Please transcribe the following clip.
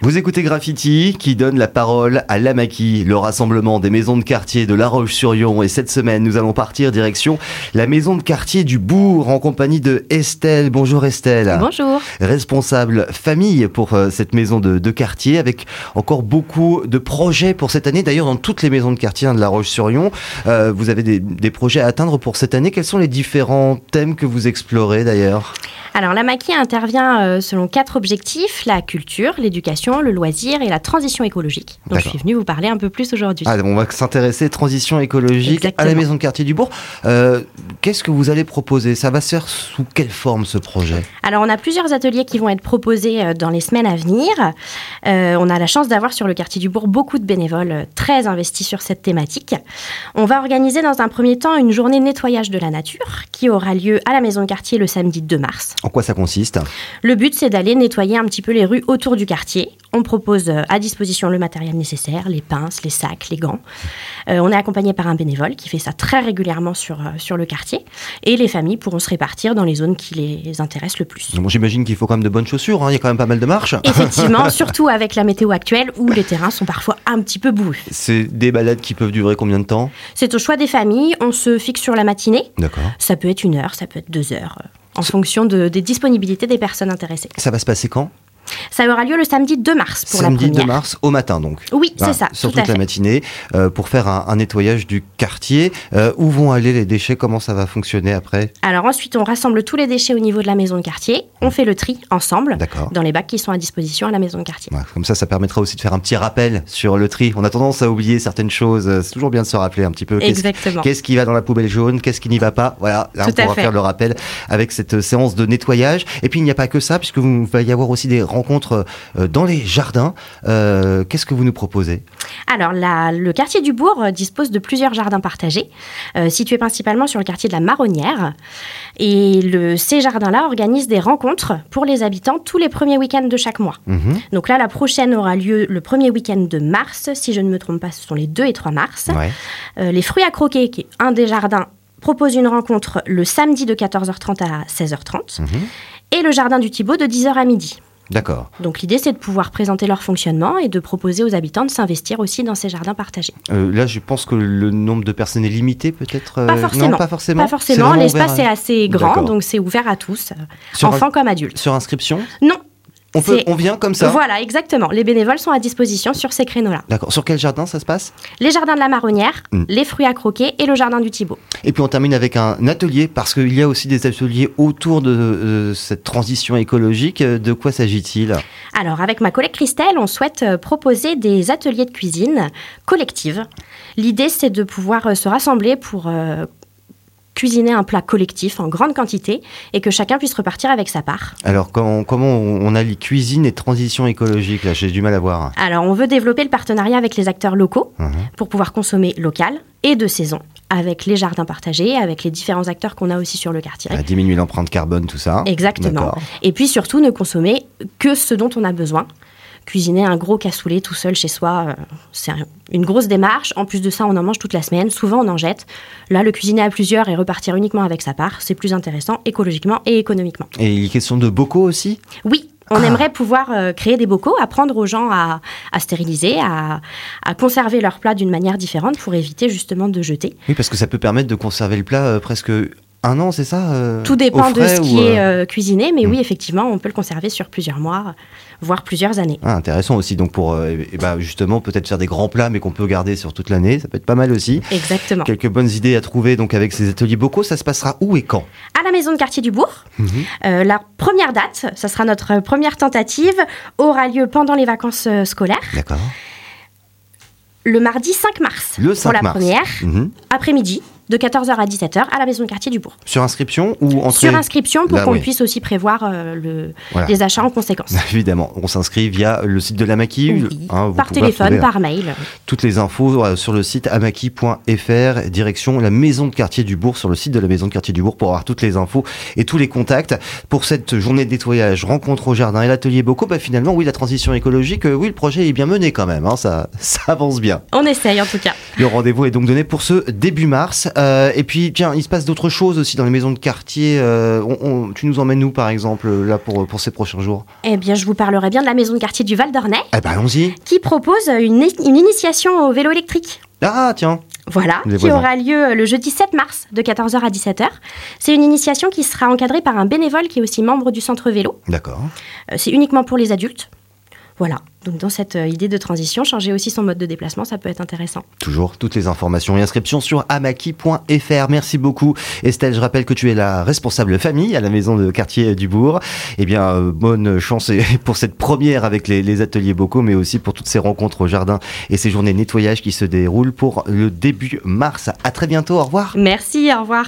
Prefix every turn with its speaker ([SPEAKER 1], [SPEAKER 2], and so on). [SPEAKER 1] Vous écoutez Graffiti qui donne la parole à l'Amaki, le rassemblement des maisons de quartier de La Roche-sur-Yon. Et cette semaine, nous allons partir direction la maison de quartier du Bourg en compagnie de Estelle. Bonjour Estelle.
[SPEAKER 2] Bonjour.
[SPEAKER 1] Responsable famille pour euh, cette maison de, de quartier avec encore beaucoup de projets pour cette année. D'ailleurs, dans toutes les maisons de quartier hein, de La Roche-sur-Yon, euh, vous avez des, des projets à atteindre pour cette année. Quels sont les différents thèmes que vous explorez d'ailleurs
[SPEAKER 2] Alors, la maquille intervient euh, selon quatre objectifs la culture, l'éducation, le loisir et la transition écologique. Donc, je
[SPEAKER 1] D'accord.
[SPEAKER 2] suis venue vous parler un peu plus aujourd'hui.
[SPEAKER 1] Ah, on va s'intéresser transition écologique à la
[SPEAKER 2] Exactement.
[SPEAKER 1] maison de quartier du Bourg. Euh, Qu'est-ce que vous allez proposer Ça va se faire sous quelle forme ce projet
[SPEAKER 2] Alors, on a plusieurs ateliers qui vont être proposés euh, dans les semaines à venir. Euh, on a la chance d'avoir sur le quartier du Bourg beaucoup de bénévoles euh, très investis sur cette thématique. On va organiser dans un premier temps une journée nettoyage de la nature qui aura lieu à la maison de quartier le samedi 2 mars.
[SPEAKER 1] En quoi ça consiste
[SPEAKER 2] Le but, c'est d'aller nettoyer un petit peu les rues autour du quartier. On propose euh, à disposition le matériel nécessaire, les pinces, les sacs, les gants. Euh, on est accompagné par un bénévole qui fait ça très régulièrement sur, euh, sur le quartier. Et les familles pourront se répartir dans les zones qui les intéressent le plus.
[SPEAKER 1] Bon, J'imagine qu'il faut quand même de bonnes chaussures, hein, il y a quand même pas mal de marches.
[SPEAKER 2] Effectivement, surtout avec la météo actuelle où les terrains sont parfois un petit peu boueux.
[SPEAKER 1] C'est des balades qui peuvent durer combien de temps
[SPEAKER 2] C'est au choix des familles, on se fixe sur la matinée.
[SPEAKER 1] D'accord.
[SPEAKER 2] Ça peut être une heure, ça peut être deux heures, euh, en fonction de- des disponibilités des personnes intéressées.
[SPEAKER 1] Ça va se passer quand
[SPEAKER 2] Ça aura lieu le samedi 2 mars pour
[SPEAKER 1] Samedi
[SPEAKER 2] la
[SPEAKER 1] 2
[SPEAKER 2] première.
[SPEAKER 1] mars au matin donc.
[SPEAKER 2] Oui,
[SPEAKER 1] Ah,
[SPEAKER 2] c'est ça.
[SPEAKER 1] Sur
[SPEAKER 2] tout à
[SPEAKER 1] toute la
[SPEAKER 2] fait.
[SPEAKER 1] matinée euh, pour faire un, un nettoyage du quartier. Euh, où vont aller les déchets Comment ça va fonctionner après
[SPEAKER 2] Alors ensuite, on rassemble tous les déchets au niveau de la maison de quartier. On fait le tri ensemble
[SPEAKER 1] D'accord.
[SPEAKER 2] dans les bacs qui sont à disposition à la maison de quartier.
[SPEAKER 1] Ouais, comme ça, ça permettra aussi de faire un petit rappel sur le tri. On a tendance à oublier certaines choses. euh, C'est toujours bien de se rappeler un petit peu. Qu'est-ce-
[SPEAKER 2] Exactement.
[SPEAKER 1] Qu'est-ce qui va dans la poubelle jaune Qu'est-ce qui n'y va pas Voilà, là,
[SPEAKER 2] Tout
[SPEAKER 1] on
[SPEAKER 2] à
[SPEAKER 1] pourra
[SPEAKER 2] fait.
[SPEAKER 1] faire le rappel avec cette euh, séance de nettoyage. Et puis, il n'y a pas que ça, puisque vous il va y avoir aussi des rencontres euh, dans les jardins. Euh, Qu'est-ce que vous nous proposez
[SPEAKER 2] Alors la- le quartier du Bourg euh, dispose de plusieurs jardins partagés, euh, situés principalement sur le quartier de la Marronnière. Et le- ces jardins-là organisent des rencontres pour les habitants tous les premiers week-ends de chaque mois.
[SPEAKER 1] Mhm.
[SPEAKER 2] Donc là, la prochaine aura lieu le premier week-end de mars. Si je ne me trompe pas, ce sont les 2 et 3 mars.
[SPEAKER 1] Ouais.
[SPEAKER 2] Euh, les fruits à croquer, qui est un des jardins, propose une rencontre le samedi de 14h30 à 16h30
[SPEAKER 1] Mhm.
[SPEAKER 2] et le jardin du Thibaut de 10h à midi.
[SPEAKER 1] D'accord.
[SPEAKER 2] Donc l'idée, c'est de pouvoir présenter leur fonctionnement et de proposer aux habitants de s'investir aussi dans ces jardins partagés.
[SPEAKER 1] Euh, là, je pense que le nombre de personnes est limité, peut-être. euh,
[SPEAKER 2] Pas
[SPEAKER 1] Non,
[SPEAKER 2] forcément.
[SPEAKER 1] pas forcément.
[SPEAKER 2] Pas
[SPEAKER 1] C'est
[SPEAKER 2] forcément,
[SPEAKER 1] vraiment
[SPEAKER 2] l'espace
[SPEAKER 1] ouvert
[SPEAKER 2] est
[SPEAKER 1] à-
[SPEAKER 2] assez grand,
[SPEAKER 1] D'accord.
[SPEAKER 2] donc c'est ouvert à tous, euh,
[SPEAKER 1] Sur,
[SPEAKER 2] enfants comme adultes.
[SPEAKER 1] sur inscription.
[SPEAKER 2] Non,
[SPEAKER 1] On peut,
[SPEAKER 2] C'est-
[SPEAKER 1] on vient comme ça.
[SPEAKER 2] voilà, exactement. Les bénévoles sont à disposition sur ces créneaux-là.
[SPEAKER 1] D'accord. Sur quel jardin ça se passe
[SPEAKER 2] Les jardins de la Marronnière,
[SPEAKER 1] Mm.
[SPEAKER 2] les fruits à croquer et le jardin du Thibaut.
[SPEAKER 1] Et puis on termine avec un atelier, parce qu'il y a aussi des ateliers autour de euh, cette transition écologique. Euh, De quoi s'agit-il
[SPEAKER 2] Alors, avec ma collègue Christelle, on souhaite euh, proposer des ateliers de cuisine collectives. L'idée, c'est de pouvoir euh, se rassembler pour euh, cuisiner un plat collectif en grande quantité et que chacun puisse repartir avec sa part.
[SPEAKER 1] Alors comment, comment on on allie cuisine et transition écologique Là, j'ai du mal à voir.
[SPEAKER 2] Alors, on veut développer le partenariat avec les acteurs locaux
[SPEAKER 1] Mhm.
[SPEAKER 2] pour pouvoir consommer local et de saison, avec les jardins partagés, avec les différents acteurs qu'on a aussi sur le quartier.
[SPEAKER 1] À diminuer l'empreinte carbone, tout ça.
[SPEAKER 2] Exactement.
[SPEAKER 1] D'accord.
[SPEAKER 2] Et puis surtout, ne consommer que ce dont on a besoin. Cuisiner un gros cassoulet tout seul chez soi, euh, c'est un- une grosse démarche. En plus de ça, on en mange toute la semaine. Souvent, on en jette. Là, le cuisiner à plusieurs et repartir uniquement avec sa part, c'est plus intéressant écologiquement et économiquement.
[SPEAKER 1] Et il est question de bocaux aussi
[SPEAKER 2] Oui, on
[SPEAKER 1] Ah.
[SPEAKER 2] aimerait pouvoir euh, créer des bocaux, apprendre aux gens à, à stériliser, à, à conserver leurs plats d'une manière différente pour éviter justement de jeter.
[SPEAKER 1] Oui, parce que ça peut permettre de conserver le plat euh, presque un an, c'est ça euh,
[SPEAKER 2] Tout
[SPEAKER 1] au
[SPEAKER 2] dépend de
[SPEAKER 1] frais
[SPEAKER 2] ce
[SPEAKER 1] ou,
[SPEAKER 2] qui est
[SPEAKER 1] euh,
[SPEAKER 2] euh, cuisiné, mais
[SPEAKER 1] Mm.
[SPEAKER 2] oui, effectivement, on peut le conserver sur plusieurs mois, voire plusieurs années.
[SPEAKER 1] Ah, intéressant aussi, donc pour euh, eh ben, justement peut-être faire des grands plats mais qu'on peut garder sur toute l'année, ça peut être pas mal aussi.
[SPEAKER 2] Exactement.
[SPEAKER 1] Quelques bonnes idées à trouver donc avec ces ateliers bocaux, ça se passera où et quand
[SPEAKER 2] à la maison de quartier du Bourg. Euh, la première date, ça sera notre première tentative, aura lieu pendant les vacances euh, scolaires,
[SPEAKER 1] D'accord.
[SPEAKER 2] le mardi 5 mars.
[SPEAKER 1] Le
[SPEAKER 2] pour
[SPEAKER 1] 5
[SPEAKER 2] la
[SPEAKER 1] mars.
[SPEAKER 2] première,
[SPEAKER 1] Mhm.
[SPEAKER 2] après-midi, de 14h à 17h, à la maison de quartier du Bourg.
[SPEAKER 1] Sur inscription ou entrée
[SPEAKER 2] Sur inscription pour
[SPEAKER 1] Là,
[SPEAKER 2] qu'on
[SPEAKER 1] oui.
[SPEAKER 2] puisse aussi prévoir euh, le-
[SPEAKER 1] Voilà.
[SPEAKER 2] les achats en conséquence.
[SPEAKER 1] Évidemment, on s'inscrit via le site de la Maki,
[SPEAKER 2] Oui,
[SPEAKER 1] hein, vous
[SPEAKER 2] par
[SPEAKER 1] pouvez
[SPEAKER 2] téléphone,
[SPEAKER 1] retrouver
[SPEAKER 2] par mail.
[SPEAKER 1] Toutes les infos euh, sur le site amaki.fr, direction la maison de quartier du Bourg, sur le site de la maison de quartier du Bourg pour avoir toutes les infos et tous les contacts. Pour cette journée de nettoyage, rencontre au jardin et l'atelier Bocaux, bah finalement, oui, la transition écologique, euh, oui, le projet est bien mené quand même, hein, ça, ça avance bien.
[SPEAKER 2] On essaye en tout cas.
[SPEAKER 1] Le rendez-vous est donc donné pour ce début mars. Euh, et puis, tiens, il se passe d'autres choses aussi dans les maisons de quartier. Euh, on- on- tu nous emmènes nous, par exemple, là pour, pour ces prochains jours
[SPEAKER 2] Eh bien, je vous parlerai bien de la maison de quartier du Val d'Ornay,
[SPEAKER 1] Eh ben, allons-y.
[SPEAKER 2] qui propose une, une initiation au vélo électrique.
[SPEAKER 1] Ah, tiens.
[SPEAKER 2] Voilà,
[SPEAKER 1] Les
[SPEAKER 2] qui
[SPEAKER 1] voisins.
[SPEAKER 2] aura lieu euh, le jeudi 7 mars de 14h à 17h. C'est une initiation qui sera encadrée par un bénévole qui est aussi membre du centre vélo.
[SPEAKER 1] D'accord.
[SPEAKER 2] Euh, C'est uniquement pour les adultes. Voilà, donc dans cette euh, idée de transition, changer aussi son mode de déplacement, ça peut être intéressant.
[SPEAKER 1] Toujours toutes les informations et inscriptions sur amaki.fr. Merci beaucoup. Estelle, je rappelle que tu es la responsable famille à la maison de quartier du Bourg. Eh bien, euh, bonne chance et- pour cette première avec les, les ateliers bocaux, mais aussi pour toutes ces rencontres au jardin et ces journées nettoyage qui se déroulent pour le début mars. À très bientôt. Au revoir.
[SPEAKER 2] Merci, au revoir.